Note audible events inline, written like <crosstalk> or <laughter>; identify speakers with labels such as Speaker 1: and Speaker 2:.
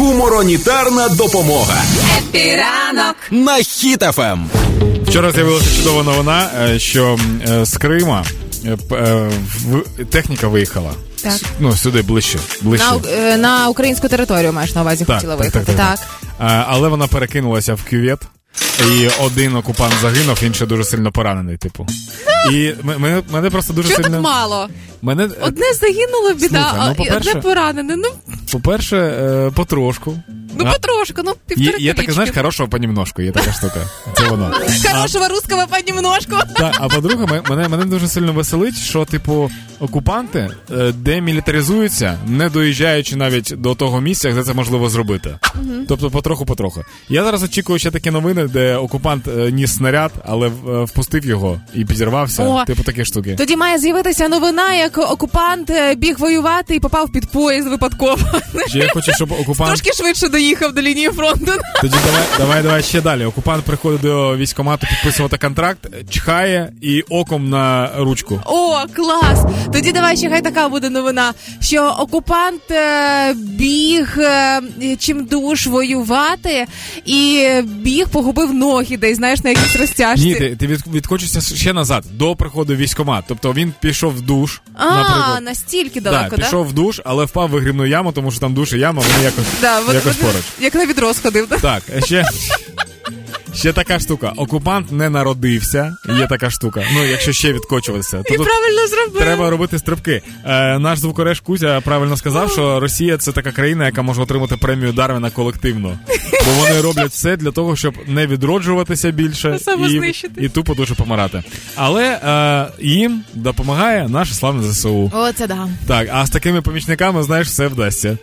Speaker 1: Гуморонітарна допомога
Speaker 2: Піранок.
Speaker 1: на Ем. Хіт-ФМ.
Speaker 3: Вчора з'явилася чудова новина, е, що е, з Крима е, п- е, в- техніка виїхала.
Speaker 4: Так.
Speaker 3: С- Ну, сюди ближче. ближче.
Speaker 4: На, е, на українську територію маєш на увазі хотіла виїхати. Так,
Speaker 3: Е, але вона перекинулася в кювет. І один окупант загинув, інший дуже сильно поранений, типу. І м- мене, мене просто дуже
Speaker 4: Чого
Speaker 3: сильно.
Speaker 4: так мало?
Speaker 3: Мене, е,
Speaker 4: Одне загинуло, біда,
Speaker 3: Слухай, ну,
Speaker 4: а і
Speaker 3: по-перше-
Speaker 4: одне поранене. Ну,
Speaker 3: по-перше, е, потрошку.
Speaker 4: ну
Speaker 3: А,
Speaker 4: потрошку, ну
Speaker 3: Є,
Speaker 4: півтори
Speaker 3: є таке, знаєш,
Speaker 4: копійки.
Speaker 3: хорошого понемножку, є така штука. Це воно. А
Speaker 4: Хорошого русского
Speaker 3: <laughs>
Speaker 4: понемножку.
Speaker 3: Так, а по-друге, ме- мене, мене дуже сильно веселить, що, типу, окупанти е, демілітаризуються, не доїжджаючи навіть до того місця, де це можливо зробити. Тобто потроху-потроху. Я зараз очікую ще такі новини, де окупант е, ніс снаряд, але е, впустив його і підірвався.
Speaker 4: О.
Speaker 3: Типу такі штуки.
Speaker 4: Тоді має з'явитися новина, як окупант е, біг воювати і попав під поїзд випадково.
Speaker 3: Ще я хочу, щоб окупант.
Speaker 4: Трошки швидше доїхав до лінії фронту.
Speaker 3: Тоді давай, давай, давай ще далі. Окупант приходить до військкомату підписувати контракт, чхає і оком на ручку.
Speaker 4: О, клас! Тоді давай ще хай така буде новина, що окупант е, біг е, чимдуж воювати і е, біг погубив ноги, десь знаєш на якійсь розтяжці.
Speaker 3: Ні, ти, ти від, відкочишся ще назад до приходу в військкомат. Тобто він пішов в душ, наприклад.
Speaker 4: А, настільки далеко,
Speaker 3: да,
Speaker 4: да?
Speaker 3: пішов в душ, але впав в вигрібну яму, тому що там душ і яма, вони якось,
Speaker 4: Да, от-
Speaker 3: якось
Speaker 4: от-
Speaker 3: поруч.
Speaker 4: Як на відрос ходив, да?
Speaker 3: Так, е, ще, ще така штука. Окупант не народився. Є така штука. Ну, якщо ще відкочуватися.
Speaker 4: І
Speaker 3: Тобто
Speaker 4: правильно зробив.
Speaker 3: треба робити стрибки. Е, наш звукореж Кузя правильно сказав, що Росія це така країна, яка може отримати премію Дарвіна колективно. Бо вони роблять все для того, щоб не відроджуватися більше і,
Speaker 4: Самознищитись.
Speaker 3: і тупо дуже помирати. Але е, їм допомагає наше славне ЗСУ.
Speaker 4: О, це да.
Speaker 3: Так, а з такими помічниками, знаєш, все вдасться.